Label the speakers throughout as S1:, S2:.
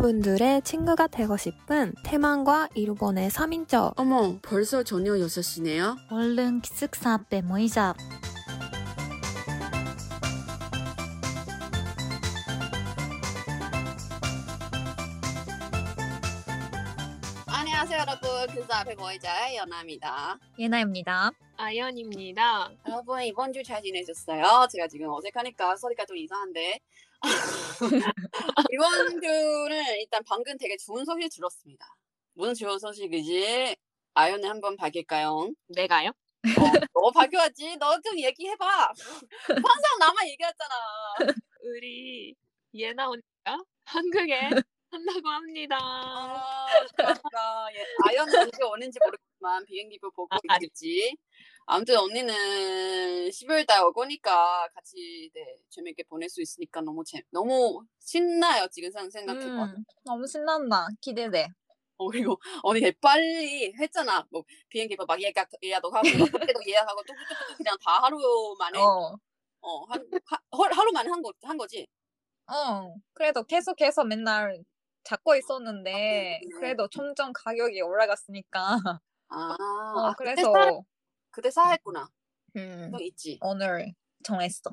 S1: 여러분들의 친구가 되고 싶은 태만과 일본의 3인조
S2: 어머, 벌써 저녁 6시네요?
S3: 얼른 기숙사 앞에 모이자.
S2: 안녕하세요, 여러분. 교수 앞에 모이자 연아입니다.
S3: 예나입니다.
S4: 아연입니다.
S2: 여러분, 이번 주 잘 지내셨어요? 제가 지금 어색하니까 소리가 좀 이상한데. 이번 주는 일단 방금 되게 좋은 소식 들었습니다. 무슨 좋은 소식이지? 아연이 한번 밝힐까요?
S4: 내가요?
S2: 어, 너 밝혀야지. 너 좀 얘기해봐. 항상 나만 얘기하잖아.
S4: 우리 예나 언니가 한국에 한다고 합니다.
S2: 아, 그러니까 예, 아연 언제 오는지 모르겠지만 비행기표 보고
S4: 아,
S2: 있겠지. 아무튼 언니는 12월 달에 올 거니까 같이 네, 재밌게 보낼 수 있으니까 너무 재 너무 신나요 지금 상- 생각해봐.
S3: 음. 너무 신난다. 기대돼.
S2: 어, 그리고 언니 되게 빨리 했잖아. 뭐 비행기표 막 예약 예약도 하고 그때도 예약하고 뚝뚝뚝 그냥 다 하루 만에
S3: 어.
S2: 어한 하루 만에 한거한 거지.
S3: 어. 그래도 계속해서 맨날 잡고 있었는데
S2: 음.
S3: 그래도 점점 가격이 올라갔으니까.
S2: 아,
S3: 어,
S2: 아, 그때
S3: 그래서
S2: 사- 그때 사했구나.
S3: 음,
S2: 그거 있지.
S3: 오늘 정했어.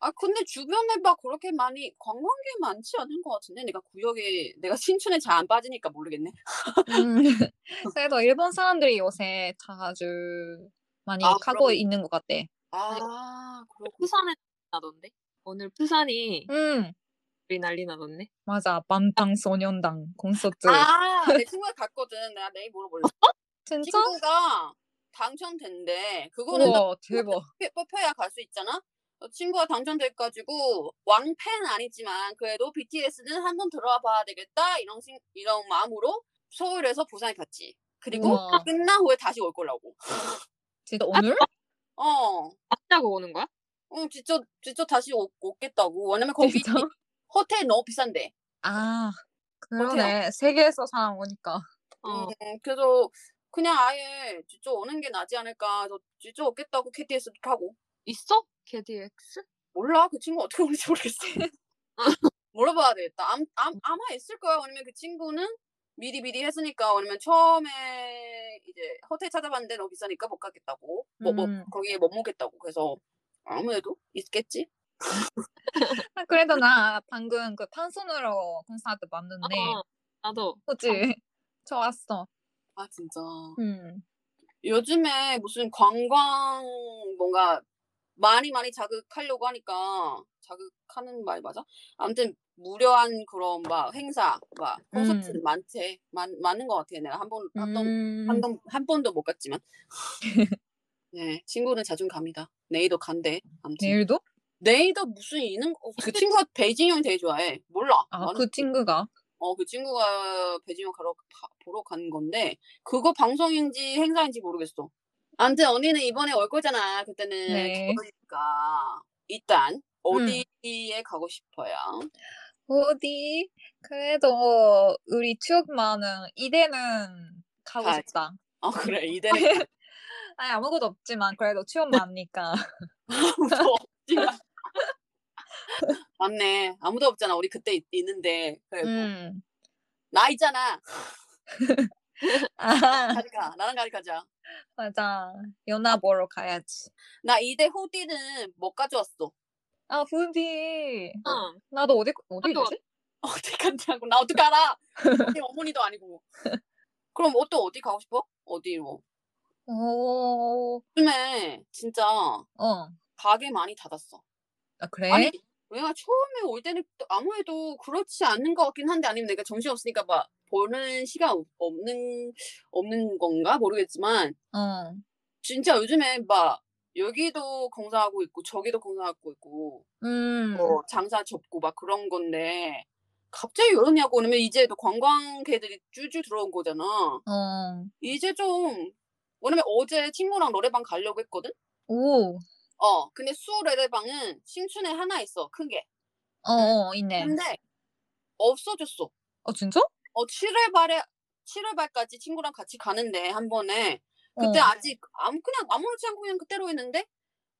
S2: 아 근데 주변에 막 그렇게 많이 관광객 많지 않은 것 같은데 내가 구역에 내가 신촌에 잘 안 빠지니까 모르겠네.
S3: 음. 그래도 일본 사람들이 요새 자주 많이
S2: 아,
S3: 가고
S2: 그럼.
S3: 있는 것 같대.
S2: 아 그렇군.
S4: 부산에 나던데? 오늘 부산이
S3: 음.
S4: 우리 난리 나던데? 맞아.
S3: 맞아. 밤방 소년단 콘서트.
S2: 아내 친구가 갔거든. 내가 내일 물어볼래.
S3: 아, 진짜?
S2: 친구가 당첨된대. 그거는 또
S3: 우와 대박.
S2: 뽑혀- 뽑혀야 갈 수 있잖아. 어, 친구가 당첨돼가지고 왕팬 아니지만 그래도 BTS는 한번 들어와 봐야 되겠다 이런 생- 이런 마음으로 서울에서 부산에 갔지. 그리고
S3: 우와.
S2: 끝난 후에 다시 올 거라고.
S3: 진짜 오늘?
S2: 어.
S4: 왔다고 오는 거야?
S2: 응, 진짜, 진짜 다시 오, 오겠다고. 왜냐면 거기
S3: 진짜?
S2: 호텔 너무 비싼데.
S3: 아 그러네. 세계에서 사람 오니까.
S4: 어.
S2: 음, 그래서 그냥 아예 진짜 오는 게 나지 않을까. 해서 진짜 오겠다고 KTX도 타고.
S4: 있어? KDX?
S2: 몰라, 그 친구 어떻게 오는지 모르겠어. 물어봐야 되겠다. 암, 암, 아마 있을 거야. 왜냐면 그 친구는 미리 미리 했으니까. 왜냐면 처음에 이제 호텔 찾아봤는데 너무 비싸니까 못 가겠다고. 뭐, 뭐,
S3: 음.
S2: 거기에 못 묵겠다고. 그래서 아무래도 있겠지?
S3: 아, 그래도 나 방금 그 판손으로 콘서트 봤는데
S4: 어, 나도.
S3: 그치? 좋았어.
S2: 아, 진짜.
S3: 음.
S2: 요즘에 무슨 관광 뭔가 많이 많이 자극하려고 하니까 자극하는 말 맞아? 아무튼 무료한 그런 막 행사 막 콘서트
S3: 음.
S2: 많대 많 많은 것 같아 내가 한번 한번
S3: 음.
S2: 한번 한 번도 못 갔지만 네 친구는 자주 갑니다 내일도 간대 아무튼
S3: 내일도?
S2: 내일도 무슨 있는 거- 그 친구가 베이징형 되게 좋아해 몰라
S3: 아
S2: 나는
S3: 그 친구가.
S2: 어, 그 친구가 배지영 가러, 가- 보러 간 건데, 그거 방송인지 행사인지 모르겠어. 아무튼 언니는 이번에 올 거잖아. 그때는
S3: 네. 음.
S2: 그러니까 일단 어디에 가고 싶어요?
S3: 어디? 그래도 우리 추억 많은 이대는 가고
S2: 가야지.
S3: 싶다.
S2: 아 그래 이대는
S3: 아니 아무것도 없지만 그래도 추억 많으니까.
S2: 아무도 없지. 맞네. 아무도 없잖아. 우리 그때 있, 있는데 그래도
S3: 음.
S2: 나 있잖아.
S3: 아,
S2: 같이 가. 나랑 같이 가자.
S3: 맞아. 연하 보러 가야지.
S2: 나 이대 후디는 못 가져왔어.
S3: 아 후디.
S4: 응.
S3: 나도 어디 어디
S4: 나도.
S3: 가지?
S2: 어디 간다고? 나 어떻게 알아? 우리 어머니도 아니고. 그럼 어, 또 어디 가고 싶어? 어디로? 뭐.
S3: 오.
S2: 요즘에 진짜
S3: 어.
S2: 가게 많이 닫았어.
S3: 아 그래?
S2: 아니, 내가 처음에 올 때는 또 아무래도 그렇지 않은 것 같긴 한데 아니면 내가 정신 없으니까 막 보는 시간 없- 없는 없는 건가 모르겠지만
S3: 어.
S2: 진짜 요즘에 막 여기도 공사하고 있고 저기도 공사하고 있고
S3: 음.
S2: 뭐 장사 접고 막 그런 건데 갑자기 이러냐고 그러면 이제 또 관광객들이 줄줄 들어온 거잖아.
S3: 어.
S2: 이제 좀 왜냐면 어제 친구랑 노래방 가려고 했거든.
S3: 오.
S2: 어, 근데 수 레드방은 신춘에 하나 있어, 큰 게.
S3: 어, 어 있네.
S2: 근데 없어졌어.
S3: 어 진짜?
S2: 어, 7월 말에, 7월 말까지 친구랑 같이 가는데, 한 번에. 그때
S3: 어.
S2: 아직, 아무, 그냥 아무렇지 않고 그냥 그대로 했는데,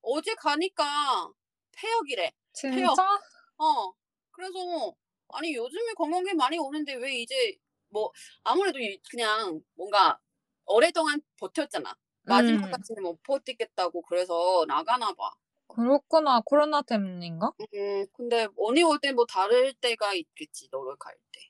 S2: 어제 가니까 폐역이래.
S3: 진짜?
S2: 어, 그래서 아니 요즘에 관광객 많이 오는데 왜 이제 뭐 아무래도 이- 그냥 뭔가 오랫동안 버텼잖아.
S3: 음.
S2: 마지막까지는 못 버티겠다고 그래서 나가나 봐.
S3: 그렇구나. 코로나 때문인가?
S2: 음, 근데 언니 올 때 뭐 다를 때가 있겠지. 너를 갈 때.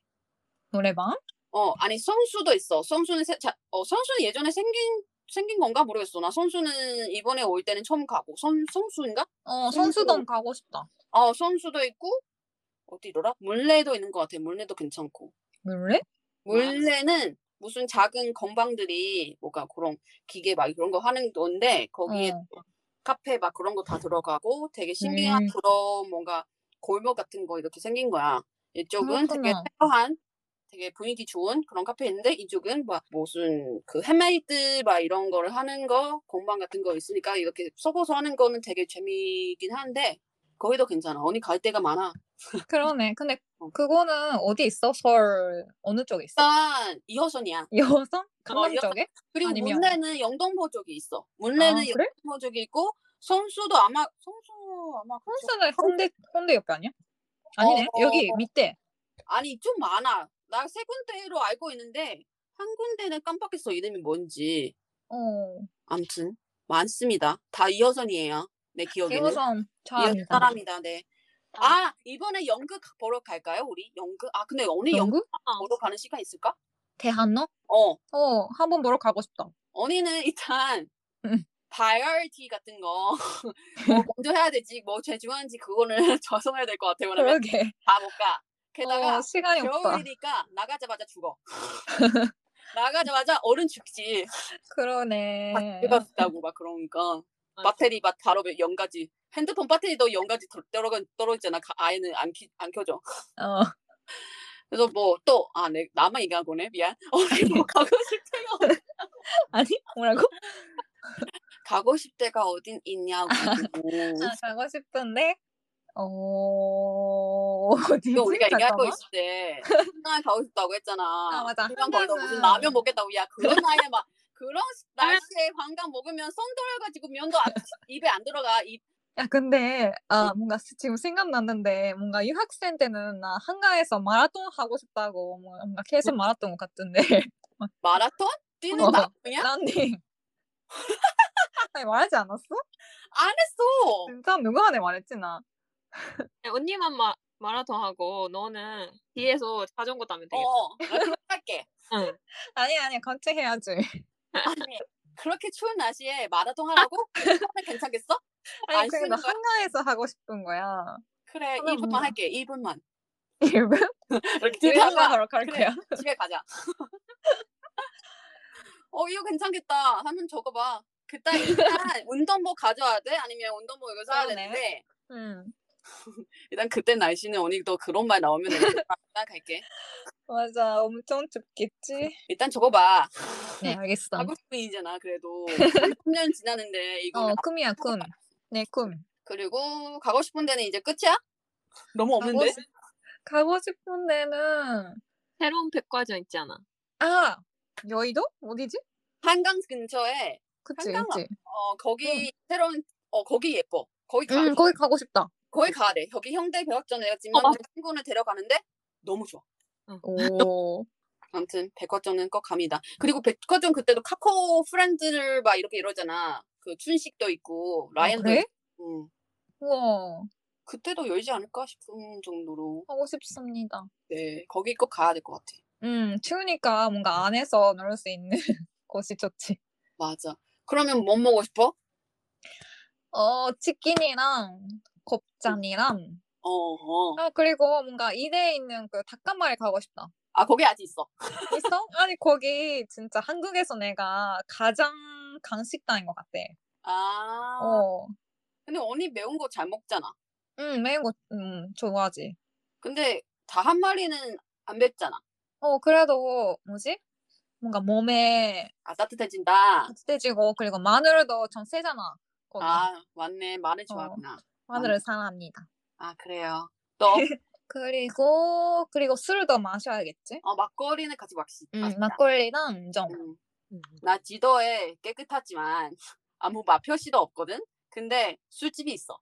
S3: 노래방?
S2: 어, 아니 성수도 있어. 성수는 세, 자, 어, 성수는 예전에 생긴 생긴 건가 모르겠어. 나 성수는 이번에 올 때는 처음 가고 성 성수인가?
S3: 어,
S2: 선수동.
S3: 선수동 가고 싶다.
S2: 어, 성수도 있고 어디더라? 물레도 있는 것 같아. 물레도 괜찮고.
S3: 물레?
S2: 물레는 무슨 작은 건방들이 뭐가 그런 기계 막 그런 거 하는 건데 거기에
S3: 어.
S2: 카페 막 그런 거 다 들어가고 되게 신기한
S3: 음.
S2: 그런 뭔가 골목 같은 거 이렇게 생긴 거야. 이쪽은 되게
S3: 그렇구나.
S2: 화려한 되게 분위기 좋은 그런 카페인데 이쪽은 막 무슨 그 핸메이드 막 이런 거를 하는 거 공방 같은 거 있으니까 이렇게 서고서 하는 거는 되게 재미있긴 한데 거기도 괜찮아. 언니 갈 데가 많아.
S3: 그러네. 근데
S2: 어.
S3: 그거는 어디 있어? 서울 어느 쪽에 있어?
S2: 일단 2호선이야.
S3: 여성? 강남
S2: 아, 여성.
S3: 쪽에?
S2: 그리고
S3: 아니면-
S2: 문래는 영동포 쪽이 있고 문래는
S3: 아, 그래?
S2: 영동포 쪽이 있고 성수도 아마 성수 아마 그쪽
S3: 선수는 홍대 홍대 옆에 아니야? 아니네.
S2: 어.
S3: 여기 밑에.
S2: 아니 좀 많아. 나 세 군데로 알고 있는데 한 군데는 깜빡했어 이름이 뭔지.
S3: 어.
S2: 암튼 많습니다. 다 이어선이에요. 내 기억에는.
S3: 이호선
S2: 이어선
S3: 잘합니다.
S2: 사람이다. 네. 아 이번에 연극 보러 갈까요 우리 연극? 아 근데 언니 연극
S3: 영국?
S2: 보러 가는 시간 있을까?
S3: 대한로?
S2: 어
S3: 어, 한번 보러 가고 싶다.
S2: 언니는 일단
S3: 응.
S2: 바이얼티 같은 거 뭐 먼저 해야 되지 뭐 제주한지 그거는 저성해야 될 것 같아. 왜냐면
S3: 그러게.
S2: 다 못 가. 게다가
S3: 어, 시간이 없다.
S2: 겨울이니까 나가자마자 죽어. 나가자마자 얼음 죽지. 아,
S3: 그러네.
S2: 뜨겁다고 막 그러니까
S3: 아,
S2: 배터리 막 바로 연가지. 핸드폰 배터리도 연가지 덜- 떨어져 떨어지잖아. 가- 아예는 안, 키, 안 켜져.
S3: 어.
S2: 그래서 뭐 또 아, 내 나만 얘기한 거네. 미안. 어디 뭐 가고 싶대가 어디-
S3: 아니, 뭐라고?
S2: 가고 싶대가 어딘 있냐고.
S3: 아, 가고 싶은데. 어. 어디지?
S2: 이거 그러니까 우리가 얘기하고
S3: 잠깐만.
S2: 있을 때 한강 가고 싶다고 했잖아.
S3: 아, 맞아.
S2: 한강 거기서 무슨
S3: 한강은-
S2: 라면 먹겠다고 야 그런 나이에 막 그런
S4: 라면-
S2: 날씨에 관광 먹으면 썬 돌려가지고 면도 안- 입에 안 들어가. 입
S3: 야, 근데 아, 뭔가 스- 지금 생각났는데 뭔가 유학생 때는 나 한강에서 마라톤 하고 싶다고 뭐- 뭔가 계속 말했던 것 같은데.
S2: 마라톤 뛰는
S3: 어.
S2: 마라톤이야?
S3: 난니. 아니 말하지 않았어?
S2: 안 했어.
S3: 진짜 누구한테 말했지 나.
S4: 언니만 마, 마라톤 하고 너는 뒤에서 자전거 타면 되겠다.
S2: 어, 나 그렇게 할게.
S4: 응.
S3: 아니 아니 같이 해야지.
S2: 아니, 그렇게 추운 날씨에 마라톤 하라고? 이번엔 괜찮겠어?
S3: 아니
S2: 안
S3: 그게
S2: 쓰는
S3: 나
S2: 거야?
S3: 한강에서 하고 싶은 거야.
S2: 그래,
S3: 그러면
S2: 1분만
S3: 뭔가-
S2: 할게. 1분만. 이렇게
S3: 일본 일본만
S2: 뛰다가
S3: 하러 갈
S2: 아, 그래.
S3: 거야.
S2: 집에 가자. 어, 이거 괜찮겠다. 하면 적어봐. 그때 일단 운동복 가져와야 돼? 아니면 운동복 이거 사야
S3: 그러네.
S2: 되는데
S3: 응
S2: 일단 그때 날씨는 언니도 그런 말 나오면 되니까 일단 갈게.
S3: 맞아 엄청 춥겠지.
S2: 일단 적어봐.
S3: 네 알겠어.
S2: 가고 싶은 일이잖아, 그래도. 3년 지났는데 이거
S3: 어 꿈이야 꿈. 내 꿈.
S2: 그리고 가고 싶은 데는 이제 끝이야? 너무
S3: 가고, 싶- 가고 싶은 데는
S4: 새로운 백과점 있잖아.
S3: 아 여의도 어디지?
S2: 한강 근처에
S3: 그치
S2: 한강
S3: 있지.
S2: 어 거기 새로운 어 거기 예뻐. 거기 가.
S3: 응 음, 거기 가고 싶다.
S2: 거기 가야 돼. 여기 형대 백화점 내가 지금
S4: 어, 맞-
S2: 친구를 데려가는데 너무 좋아.
S3: 오.
S2: 아무튼 백화점은 꼭 갑니다. 그리고 백화점 그때도 카카오 프렌즈를 막 이렇게 이러잖아. 그 춘식도 있고
S3: 아,
S2: 라이언도
S3: 그래?
S2: 있고. 음.
S3: 우와
S2: 그때도 열지 않을까 싶은 정도로
S3: 하고 싶습니다.
S2: 네 거기 꼭 가야 될 것 같아.
S3: 음, 추우니까 뭔가 안에서 놀 수 있는 곳이 좋지.
S2: 맞아. 그러면 뭐 먹고 싶어?
S3: 어, 치킨이랑 곱창이랑
S2: 어, 어.
S3: 아 그리고 뭔가 이대에 있는 그 닭가마를 가고 싶다.
S2: 아 거기 아직 있어.
S3: 있어? 아니 거기 진짜 한국에서 내가 가장 강식당인 것 같아.
S2: 아.
S3: 어,
S2: 근데 언니 매운 거 잘 먹잖아.
S3: 음 매운 거 음, 좋아하지.
S2: 근데 다 한 마리는 안 맵잖아.
S3: 어 그래도 뭐지? 뭔가 몸에
S2: 아
S3: 어.
S2: 따뜻해진다.
S3: 따뜻해지고 그리고 마늘도 좀 세잖아. 거기
S2: 아 맞네
S3: 어.
S2: 마늘 좋아하구나.
S3: 마늘을 사랑합니다.
S2: 아 그래요. 또
S3: 그리고 그리고 술을 더 마셔야겠지?
S2: 어, 막걸리는 같이 막시.
S3: 음,
S2: 마시자.
S3: 막걸리랑 정.
S2: 음.
S4: 음.
S2: 나 지도에 깨끗하지만 아무 맛 표시도 없거든. 근데 술집이 있어.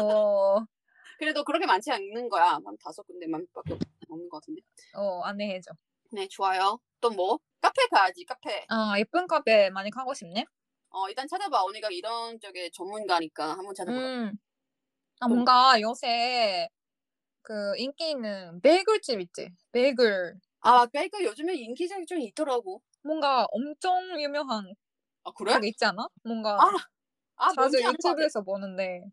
S3: 어,
S2: 그래도 그렇게 많지 않는 거야. 한 다섯 군데만밖에 없. 없는 것 같은데.
S3: 어, 안내해줘.
S2: 네, 좋아요. 또 뭐? 카페 가야지, 카페.
S3: 아, 예쁜 카페 많이 가고 싶네?
S2: 어, 일단 찾아봐. 언니가 이런 쪽에 전문가니까 한번 찾아봐. 뭐?
S3: 음. 아, 뭔가 요새 그 인기 있는 베이글집 있지? 베이글.
S2: 아, 그러니까 요즘에 인기작이 좀 있더라고.
S3: 뭔가 엄청 유명한
S2: 아, 그래?
S3: 그게 있지 않아? 뭔가
S2: 아, 아,
S3: 자주
S2: 뭔지 아는 것 같아.
S3: 유튜브에서 보는데.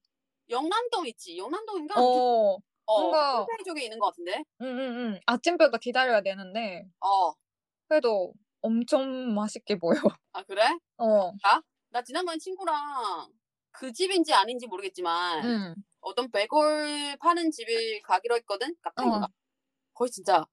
S2: 영남동 있지. 영남동인가?
S3: 어,
S2: 어,
S3: 뭔가-
S2: 평택 쪽에 있는 것 같은데.
S3: 응, 응, 응. 음, 아침부터 기다려야 되는데,
S2: 어,
S3: 그래도 엄청 맛있게 보여.
S2: 아, 그래?
S3: 어,
S2: 나 지난번에 친구랑 그 집인지 아닌지 모르겠지만
S3: 응.
S2: 어떤 백골 파는 집을 가기로 했거든 카페인가
S3: 어.
S2: 거기 진짜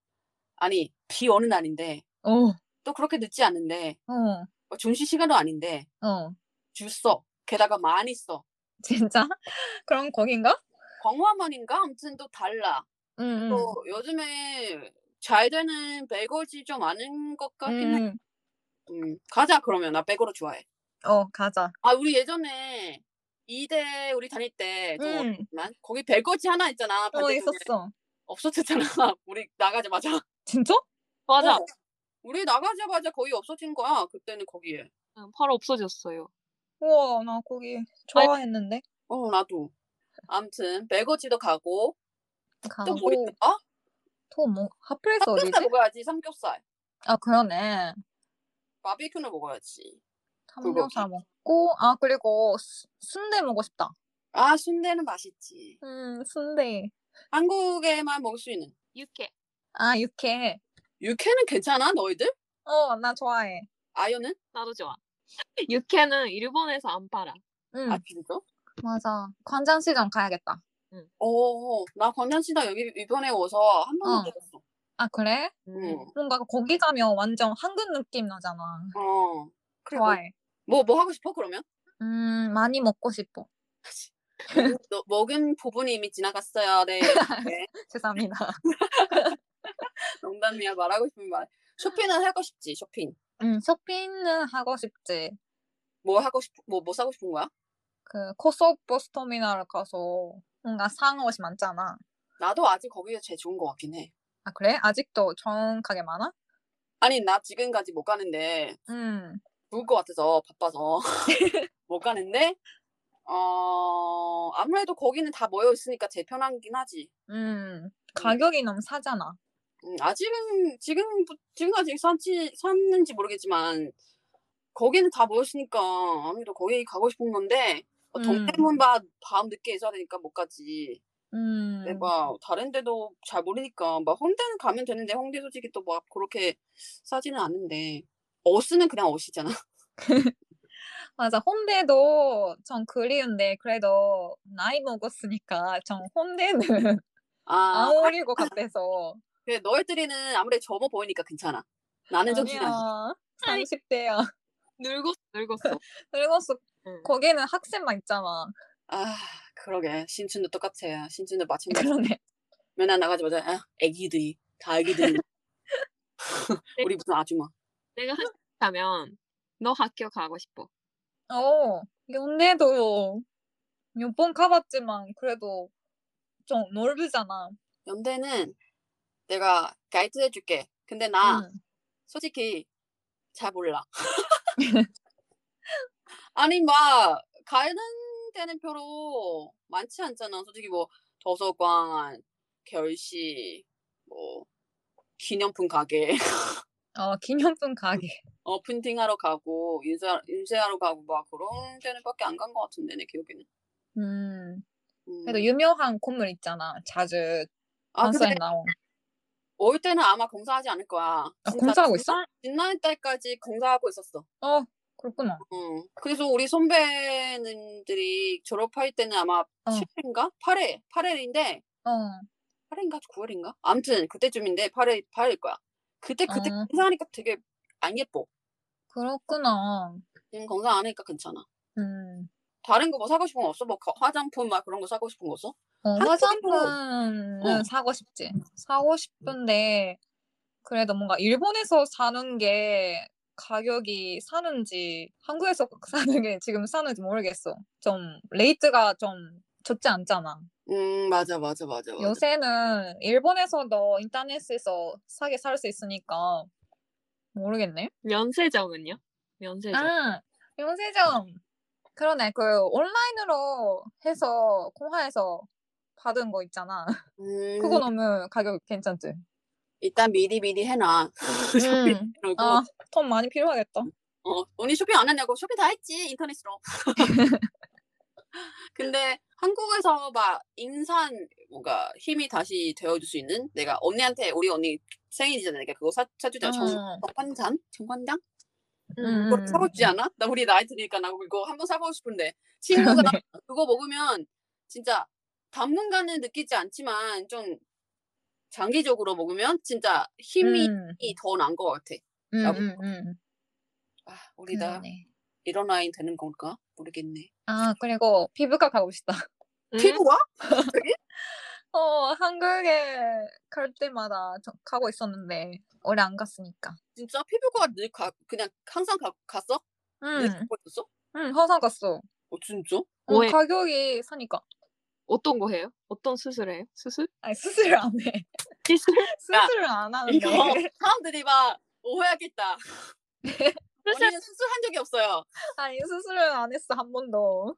S2: 아니 비 오는 날인데
S3: 어, 어,
S2: 또 그렇게 늦지 않은데
S3: 어,
S2: 뭐 중시 시간도 아닌데
S3: 어.
S2: 줄써 게다가 많이 써
S3: 진짜? 그런 곡인가? 음,
S2: 광화문인가 아무튼 또 달라
S3: 응, 응.
S2: 또 요즘에 잘 되는 백골집 좀 아는 것 같긴 해
S3: 응,
S2: 음, 가자 그러면 나 백골을 좋아해
S3: 응. 어, 가자.
S2: 아 우리 예전에 이대 우리 다닐 때좀
S3: 응.
S2: 만 거기 백골집 하나 있잖아
S3: 음. 어,
S2: 반대쪽에.
S3: 있었어.
S2: 없어졌잖아. 우리 나가자마자.
S3: 진짜?
S4: 맞아.
S2: 어, 우리 나가자마자 거의 없어진 거야. 그때는 거기에.
S4: 응, 바로 없어졌어요.
S3: 우와, 나 거기 좋아했는데.
S2: 어 나도. 아무튼 배거지도 가고
S3: 가고,
S2: 또 뭐 있을까?
S3: 또 뭐, 하플에서
S2: 삼겹살
S3: 아, 어디지?
S2: 먹어야지. 삼겹살.
S3: 아, 그러네.
S2: 바비큐는 먹어야지.
S3: 삼겹살
S2: 뭐?
S3: 먹고, 아, 그리고 수- 순대 먹고 싶다.
S2: 아 순대는 맛있지.
S3: 음, 순대.
S2: 한국에만 먹을 수 있는.
S4: 육회.
S3: 아, 육회.
S2: 육회는 괜찮아 너희들?
S3: 어, 나 좋아해.
S2: 아연은?
S4: 나도 좋아. 육회는 일본에서 안 팔아.
S3: 응,
S2: 아 진짜?
S3: 맞아. 광장시장 가야겠다.
S2: 어나 광장시장 여기 이번에 와서 한 번도
S3: 어.
S2: 못 가봤어.
S3: 아, 그래?
S4: 음.
S2: 응.
S3: 뭔가 거기 가면 완전 한국 느낌 나잖아.
S2: 어. 그래.
S3: 좋아해.
S2: 뭐뭐 뭐 하고 싶어 그러면?
S3: 음, 많이 먹고 싶어.
S2: 너- 먹은 부분이 이미 지나갔어요. 네. 네.
S3: 죄송합니다.
S2: 농담이야 말하고 싶은 말 쇼핑은 하고 싶지 쇼핑
S3: 음, 쇼핑은 하고 싶지.
S2: 뭐 하고 싶 뭐 뭐 사고 싶은 거야
S3: 그 코스버스 터미널 가서 뭔가 상 옷이 많잖아.
S2: 나도 아직 거기가 제일 좋은 것 같긴 해
S3: 아, 그래? 아직도 정확하게 많아?
S2: 아니 나 지금까지 못 가는데
S3: 음,
S2: 죽을 것 같아서 바빠서 못 가는데 어 아무래도 거기는 다 모여 있으니까 제일 편하긴 하지
S3: 음. 가격이 너무 싸잖아.
S2: 음, 아직은 지금 지금까지 산지 샀는지 모르겠지만 거기는 다 모였으니까 아무래도 거기 가고 싶은 건데 어,
S3: 음.
S2: 동대문 밤, 밤 늦게 있어야 되니까 못 가지
S3: 음.
S2: 내가 네, 다른 데도 잘 모르니까 막 홍대는 가면 되는데 홍대 솔직히 또 막 그렇게 싸지는 않는데 어스는 그냥 어시잖아.
S3: 맞아. 홍대도 좀 그리운데 그래도 나이 먹었으니까 좀 홍대는
S2: 아,
S3: 아우릴 것 같아서.
S2: 그래 너희들이는 아무래도 젊어 보이니까 괜찮아. 나는 좀 지나.
S3: 아니야. 30대야.
S4: 늙었어, 늙었어.
S3: 그리고
S4: 응.
S3: 거기는 학생만 있잖아.
S2: 아, 그러게 신춘도 똑같아. 신춘도 마찬가지.
S3: 그러네.
S2: 맨날 나가자마자 아, 애기들이 다 애기들이.
S3: 네.
S2: 우리 무슨 아줌마.
S4: 내가 한국 가면 너 학교 가고 싶어.
S3: 어, 연대도 몇 번 가봤지만 그래도 좀 넓잖아.
S2: 연대는 내가 가이드 해줄게. 근데 나
S3: 응.
S2: 솔직히 잘 몰라. 아니 막 가는 데는 별로 많지 않잖아. 솔직히 뭐 도서관, 결식, 뭐 기념품 가게,
S3: 어, 기념품 가게.
S2: 어 프린팅하러 가고 인쇄 인쇄하러 가고 막 그런 데는밖에 안 간 것 같은데 내 기억에는.
S3: 음.
S2: 음.
S3: 그래도 유명한 건물 있잖아. 자주
S2: 아
S3: 방송에
S2: 근데
S3: 나온.
S2: 올 때는 아마 공사하지 않을 거야.
S3: 아,
S2: 진짜
S3: 공사하고 있어?
S2: 지난 달까지 공사하고 있었어.
S3: 어, 그렇구나.
S2: 응. 그래서 우리 선배님들이 졸업할 때는 아마
S3: 어.
S2: 7회인가? 8회, 8회인데,
S3: 어,
S2: 8회인가? 9월인가? 아무튼 그때쯤인데 8회, 8회일 거야. 그때, 그때
S3: 어.
S2: 검사하니까 되게 안 예뻐.
S3: 그렇구나.
S2: 지금 검사 안 하니까 괜찮아.
S3: 음.
S2: 다른 거 뭐 사고 싶은 거 없어? 뭐 거- 화장품 막 그런 거 사고 싶은 거 없어?
S3: 어,
S2: 한국에도-
S3: 화장품은
S2: 어.
S3: 사고 싶지. 사고 싶은데 그래도 뭔가 일본에서 사는 게 가격이 사는지 한국에서 사는 게 지금 사는지 모르겠어. 좀 레이트가 좀 좋지 않잖아.
S2: 음 맞아 맞아 맞아. 맞아.
S3: 요새는 일본에서도 인터넷에서 사게 살 수 있으니까 모르겠네.
S4: 면세점은요? 면세점.
S3: 아, 면세점. 그러네. 그 온라인으로 해서 공화에서 받은 거 있잖아.
S2: 음,
S3: 그거 너무 가격 괜찮지?
S2: 일단 미리 미리 해놔. 쇼핑
S3: 음.
S2: 그리고
S3: 아, 돈 많이 필요하겠다.
S2: 어, 언니 쇼핑 안 했냐고 쇼핑 다 했지 인터넷으로. 근데 한국에서 막 인산 뭔가 힘이 다시 되어줄 수 있는 내가 언니한테 우리 언니 생일이잖아. 내가 그거 사 사주자. 정
S3: 음.
S2: 정관장 정관장
S3: 음.
S2: 그거 사보지 않아? 나 우리 나이 드니까 나 그거 한번 사보고 싶은데 친구가
S3: 그러네.
S2: 그거 먹으면 진짜 당분간은 느끼지 않지만 좀 장기적으로 먹으면 진짜 힘이
S3: 음,
S2: 더 난 것 같아.
S3: 음,
S2: 나보다.
S3: 음, 음.
S2: 아, 우리 다
S3: 그러네.
S2: 이런 라인 되는 건가 모르겠네.
S3: 아, 그리고 피부과 가고 싶다.
S4: 음?
S2: 피부가?
S3: 어, 한국에 갈 때마다 저- 가고 있었는데 오래 안 갔으니까.
S2: 진짜 피부과 늘 가, 그냥 항상 가, 갔어? 늘
S3: 응,
S2: 가고 있었어?
S3: 응, 화상 음, 갔어.
S2: 어, 진짜?
S3: 어,
S4: 왜?
S3: 가격이 사니까.
S4: 어떤 거 해요? 어떤 수술해요? 수술?
S3: 아니, 수술 안 해.
S4: 시술?
S3: 수술을 안 하는데.
S2: 이거 사람들이 막 오해하겠다. 언니는 수술한 적이 없어요.
S3: 아니, 수술을 안 했어, 한 번도.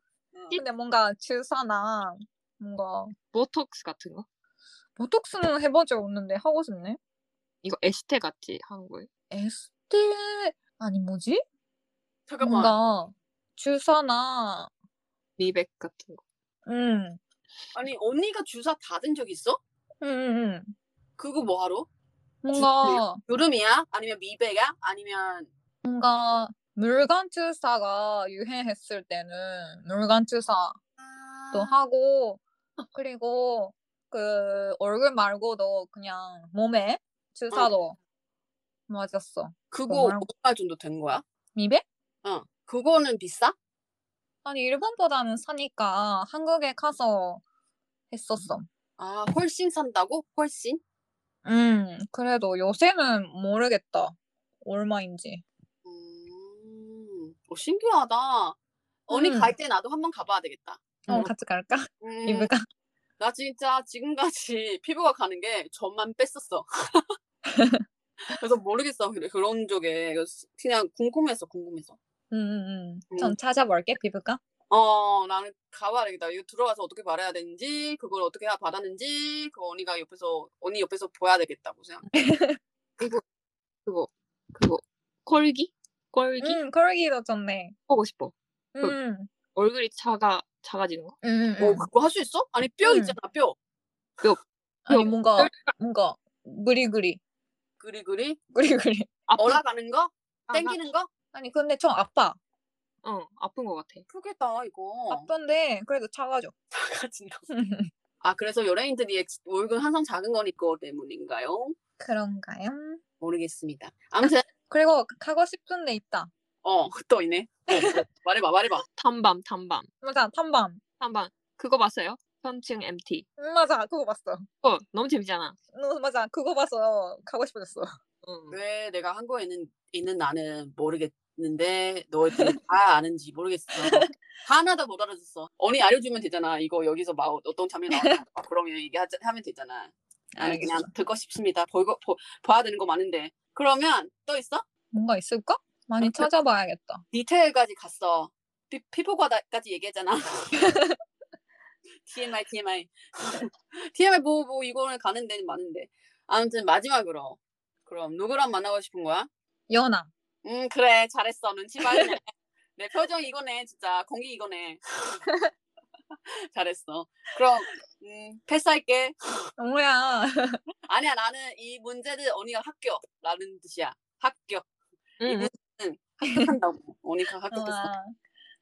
S3: 근데 뭔가 주사나 뭔가
S4: 보톡스 같은 거?
S3: 보톡스는 해본 적 없는데 하고 싶네.
S4: 이거 에스테 같지 한국에?
S3: 에스테 아니 뭐지?
S2: 잠깐만.
S3: 뭔가 주사나
S4: 미백 같은 거.
S3: 음.
S2: 아니 언니가 주사 받은 적 있어?
S3: 음, 음, 음.
S2: 그거 뭐 하러?
S3: 뭔가
S2: 주름이야? 아니면 미백이야? 아니면
S3: 뭔가 물간 주사가 유행했을 때는 물간 주사도 아. 하고 그리고 그 얼굴 말고도 그냥 몸에 주사도 맞았어.
S2: 그거
S3: 정말-
S2: 얼마 정도 된 거야?
S3: 미백?
S2: 어. 그거는 비싸?
S3: 아니 일본보다는 사니까 한국에 가서 했었어.
S2: 아 훨씬 산다고? 훨씬?
S3: 음 그래도 요새는 모르겠다. 얼마인지.
S2: 음, 어, 신기하다. 언니
S3: 음.
S2: 갈 때 나도 한번 가봐야 되겠다.
S3: 어
S2: 음.
S3: 같이 갈까?
S2: 음,
S3: 이브가.
S2: 나 진짜 지금까지 피부가 가는 게 점만 뺐었어. 그래서 모르겠어. 그래, 그런 쪽에. 그래서 그냥 궁금해서 궁금해서.
S3: 음음
S2: 음.
S3: 음. 전 찾아볼게 피부가.
S2: 어, 나는 가봐야 되겠다. 이거 들어가서 어떻게 말해야 되는지, 그걸 어떻게 받았는지, 그거 언니가 옆에서, 언니 옆에서 봐야 되겠다고 생각해. 어,
S4: 그거 그거 꼴기? 꼴기
S3: 음 그러기도 좋네.
S4: 하고 싶어.
S3: 음.
S4: 얼굴이 작아 작아지는 거?
S3: 응,
S2: 어, 그거 할 수 있어? 아니, 뼈
S3: 음.
S2: 있잖아, 뼈.
S3: 아니 뭔가 뭔가 그리그리
S2: 그리그리.
S3: 그리그리
S4: 아픈
S2: 올라가는 거?
S4: 아,
S2: 땡기는 거?
S3: 아니 근데 좀 아파
S4: 어 아픈 거 같아.
S2: 크겠다,
S3: 어.
S2: 이거.
S3: 아픈데 그래도 작아져
S2: 작아진다. 아, 그래서 연예인들이 엑- 월급 항상 작은 거니까 때문인가요?
S3: 그런가요?
S2: 모르겠습니다. 아무튼,
S3: 그리고 가고 싶은 데 있다
S2: 어, 또 있네. 어, 어, 말해봐, 말해봐.
S4: 탐밤 탐밤
S3: 맞아 탐밤
S4: 탐밤 그거 봤어요? 현충 MT.
S3: 음, 맞아 그거 봤어
S4: 어 너무 재밌잖아.
S3: 음, 맞아 그거 봐서 가고 싶어졌어
S4: 응.
S2: 왜 내가 한국에 있는, 있는 나는 모르겠는데 너희들이 다 아는지 모르겠어. 하나도 못 알아줬어. 언니 알려주면 되잖아. 이거 여기서 막 어떤 장면 나와. 그러면 얘기하면 되잖아. 아니, 그냥 듣고 싶습니다. 보고, 보, 봐야 되는 거 많은데. 그러면 또 있어?
S3: 뭔가 있을까? 많이 찾아봐야겠다
S2: 디테일까지 갔어. 피, 피부과까지 얘기했잖아. TMI, TMI. TMI 뭐, 뭐, 이거는 가는 데는 많은데. 아무튼 마지막으로. 그럼 누구랑 만나고 싶은 거야?
S3: 연아
S2: 음, 그래. 잘했어. 눈치 빠르네. 내 표정 이거네. 진짜. 공기 이거네. 잘했어. 그럼, 음, 패스할게.
S3: 뭐야
S2: 아니야. 나는 이 문제들 언니가 합격. 라는 뜻이야. 합격.
S4: 응, 응.
S2: 합격한다고. 언니가 합격했어.
S3: 우와, 아,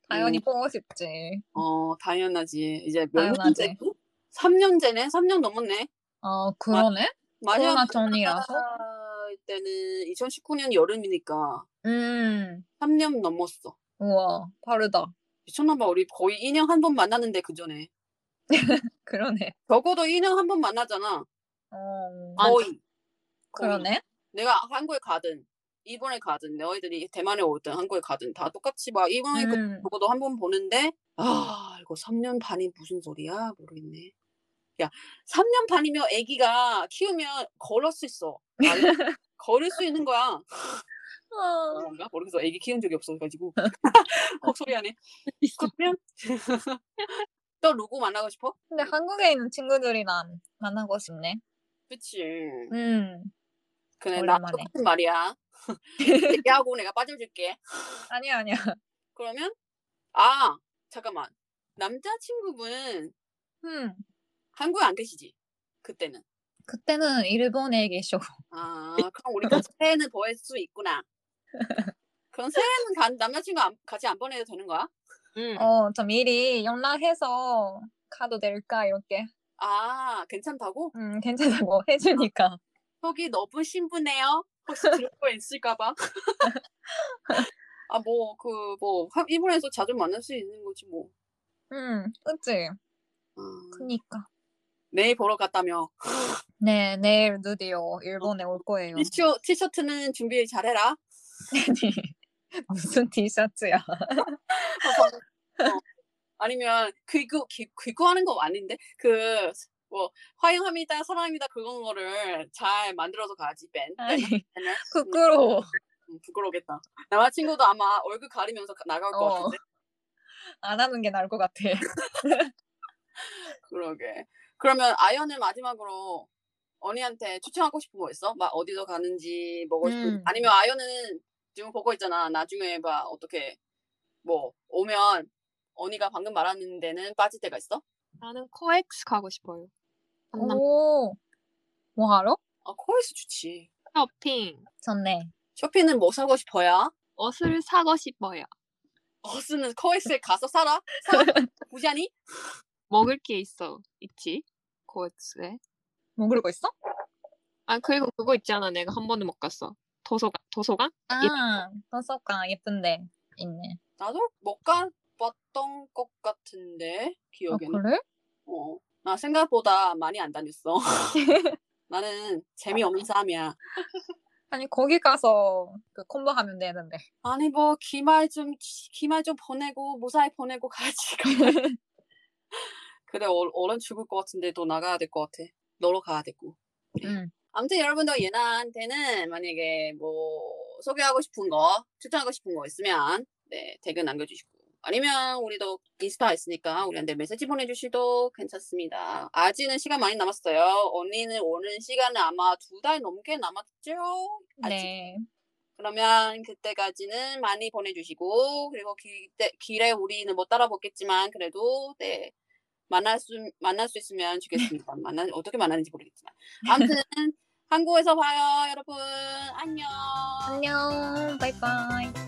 S3: 당연히 보고 싶지
S2: 어, 당연하지. 이제 몇
S3: 당연하지.
S2: 년째? 3년째네? 3년 넘었네?
S3: 어 그러네 코로나
S2: 마지막
S3: 전이라서
S2: 만날 때는 2019년 여름이니까
S3: 음
S2: 3년 넘었어.
S3: 우와 빠르다
S2: 미쳤나봐. 우리 거의 2년 한 번 만났는데, 그 전에.
S3: 그러네
S2: 적어도 2년 한 번 만나잖아.
S3: 어
S4: 맞아.
S2: 거의. 거의.
S3: 그러네
S2: 내가 한국에 가든, 일본에 가든, 너희들이 대만에 오든, 한국에 가든, 다 똑같이 막, 일본에 그
S3: 음.
S2: 적어도 한 번 보는데, 아, 이거 3년 반이 무슨 소리야? 모르겠네. 야, 3년 반이면 아기가 키우면 걸을 수 있어. 말- 걸을 수 있는 거야.
S3: 어.
S2: 그런가? 모르겠어. 아기 키운 적이 없어가지고. 헉 소리하네. 그러면 또 누구 만나고 싶어?
S3: 근데 한국에 있는 친구들이랑 만나고 싶네.
S2: 그치.
S3: 음.
S2: 그래, 나
S3: 오랜만에.
S2: 똑같은 말이야. 얘기하고 내가 빠져줄게.
S3: 아니야, 아니야.
S2: 그러면 아 잠깐만 남자친구분
S3: 음.
S2: 한국에 안 계시지? 그때는
S3: 그때는 일본에 계셔.
S2: 아 그럼 우리가 새해는 보낼 수 있구나. 그럼 새해는 간- 남자친구 안- 같이 안 보내도 되는 거야?
S4: 응.
S3: 어, 저 미리 연락해서 가도 될까 이렇게.
S2: 아 괜찮다고?
S3: 음, 괜찮다고 해주니까.
S2: 속이 너무 신부네요. 혹시 들을 거 있을까봐. 아 뭐 그 뭐 일본에서 자주 만날 수 있는 거지 뭐.
S3: 음, 그치.
S2: 음,
S3: 그니까.
S2: 내일 보러 갔다며.
S3: 네, 내일 드디어 일본에 올 거예요.
S2: 티셔, 티셔츠는 준비 잘해라.
S3: 무슨 티셔츠야.
S2: 어, 아니면 귀구 귀, 귀구하는 거 아닌데 그 뭐 화영합니다 사랑합니다 그런 거를 잘 만들어서 가야지 밴
S3: 아니,
S2: 밴을.
S3: 부끄러워.
S2: 음, 부끄러겠다 남자친구도 아마 얼굴 가리면서 가- 나갈 것
S3: 어.
S2: 같은데
S3: 안 하는 게 나을 것 같아.
S2: 그러게 그러면 아연을 마지막으로 언니한테 추천하고 싶은 거 있어? 막 어디서 가는지 뭐고 싶은
S3: 음.
S2: 아니면 아연은 지금 보고 있잖아 나중에 막 어떻게 뭐 오면 언니가 방금 말하는 데는 빠질 때가 있어?
S4: 나는 코엑스 가고 싶어요.
S3: 음.
S4: 강남
S3: 오, 뭐하러?
S2: 아 코에서 좋지
S4: 쇼핑.
S3: 좋네.
S2: 쇼핑은 뭐 사고 싶어야?
S4: 옷을 사고 싶어요.
S2: 어스는 코엑스에 가서 살아? 살아? 부자니?
S4: 먹을 게 있어. 있지? 코엑스에.
S3: 뭐 그러고 있어?
S4: 아 그리고 그거 있잖아. 내가 한 번도 못 갔어. 도서관. 도서관?
S3: 아, 도서관 예쁜데 있네.
S2: 나도 못 가봤던 것 같은데
S3: 아,
S2: 기억에는.
S3: 그래?
S2: 어, 나 생각보다 많이 안 다녔어. 나는 재미없는 사람이야.
S3: 아니 거기 가서 그 콤보 하면 되는데.
S2: 아니 뭐 기말 좀 기말 좀 보내고 무사히 보내고 가야지. 그래 얼, 얼른 죽을 것 같은데 또 나가야 될 것 같아. 너로 가야 되고.
S3: 응.
S2: 아무튼 여러분도 예나한테는 만약에 뭐 소개하고 싶은 거, 추천하고 싶은 거 있으면 네 댓글 남겨주시고 아니면 우리도 인스타 있으니까 우리한테 메시지 보내주시도 괜찮습니다. 아직은 시간 많이 남았어요. 언니는 오는 시간은 아마 두 달 넘게 남았죠. 아직.
S3: 네.
S2: 그러면 그때까지는 많이 보내주시고 그리고 길, 때- 길에 우리는 못 따라 보겠지만 그래도 네 만날 수 만날 수 있으면 좋겠습니다. 만나 어떻게 만나는지 모르겠지만 아무튼 한국에서 봐요 여러분 안녕.
S3: 안녕. 바이바이.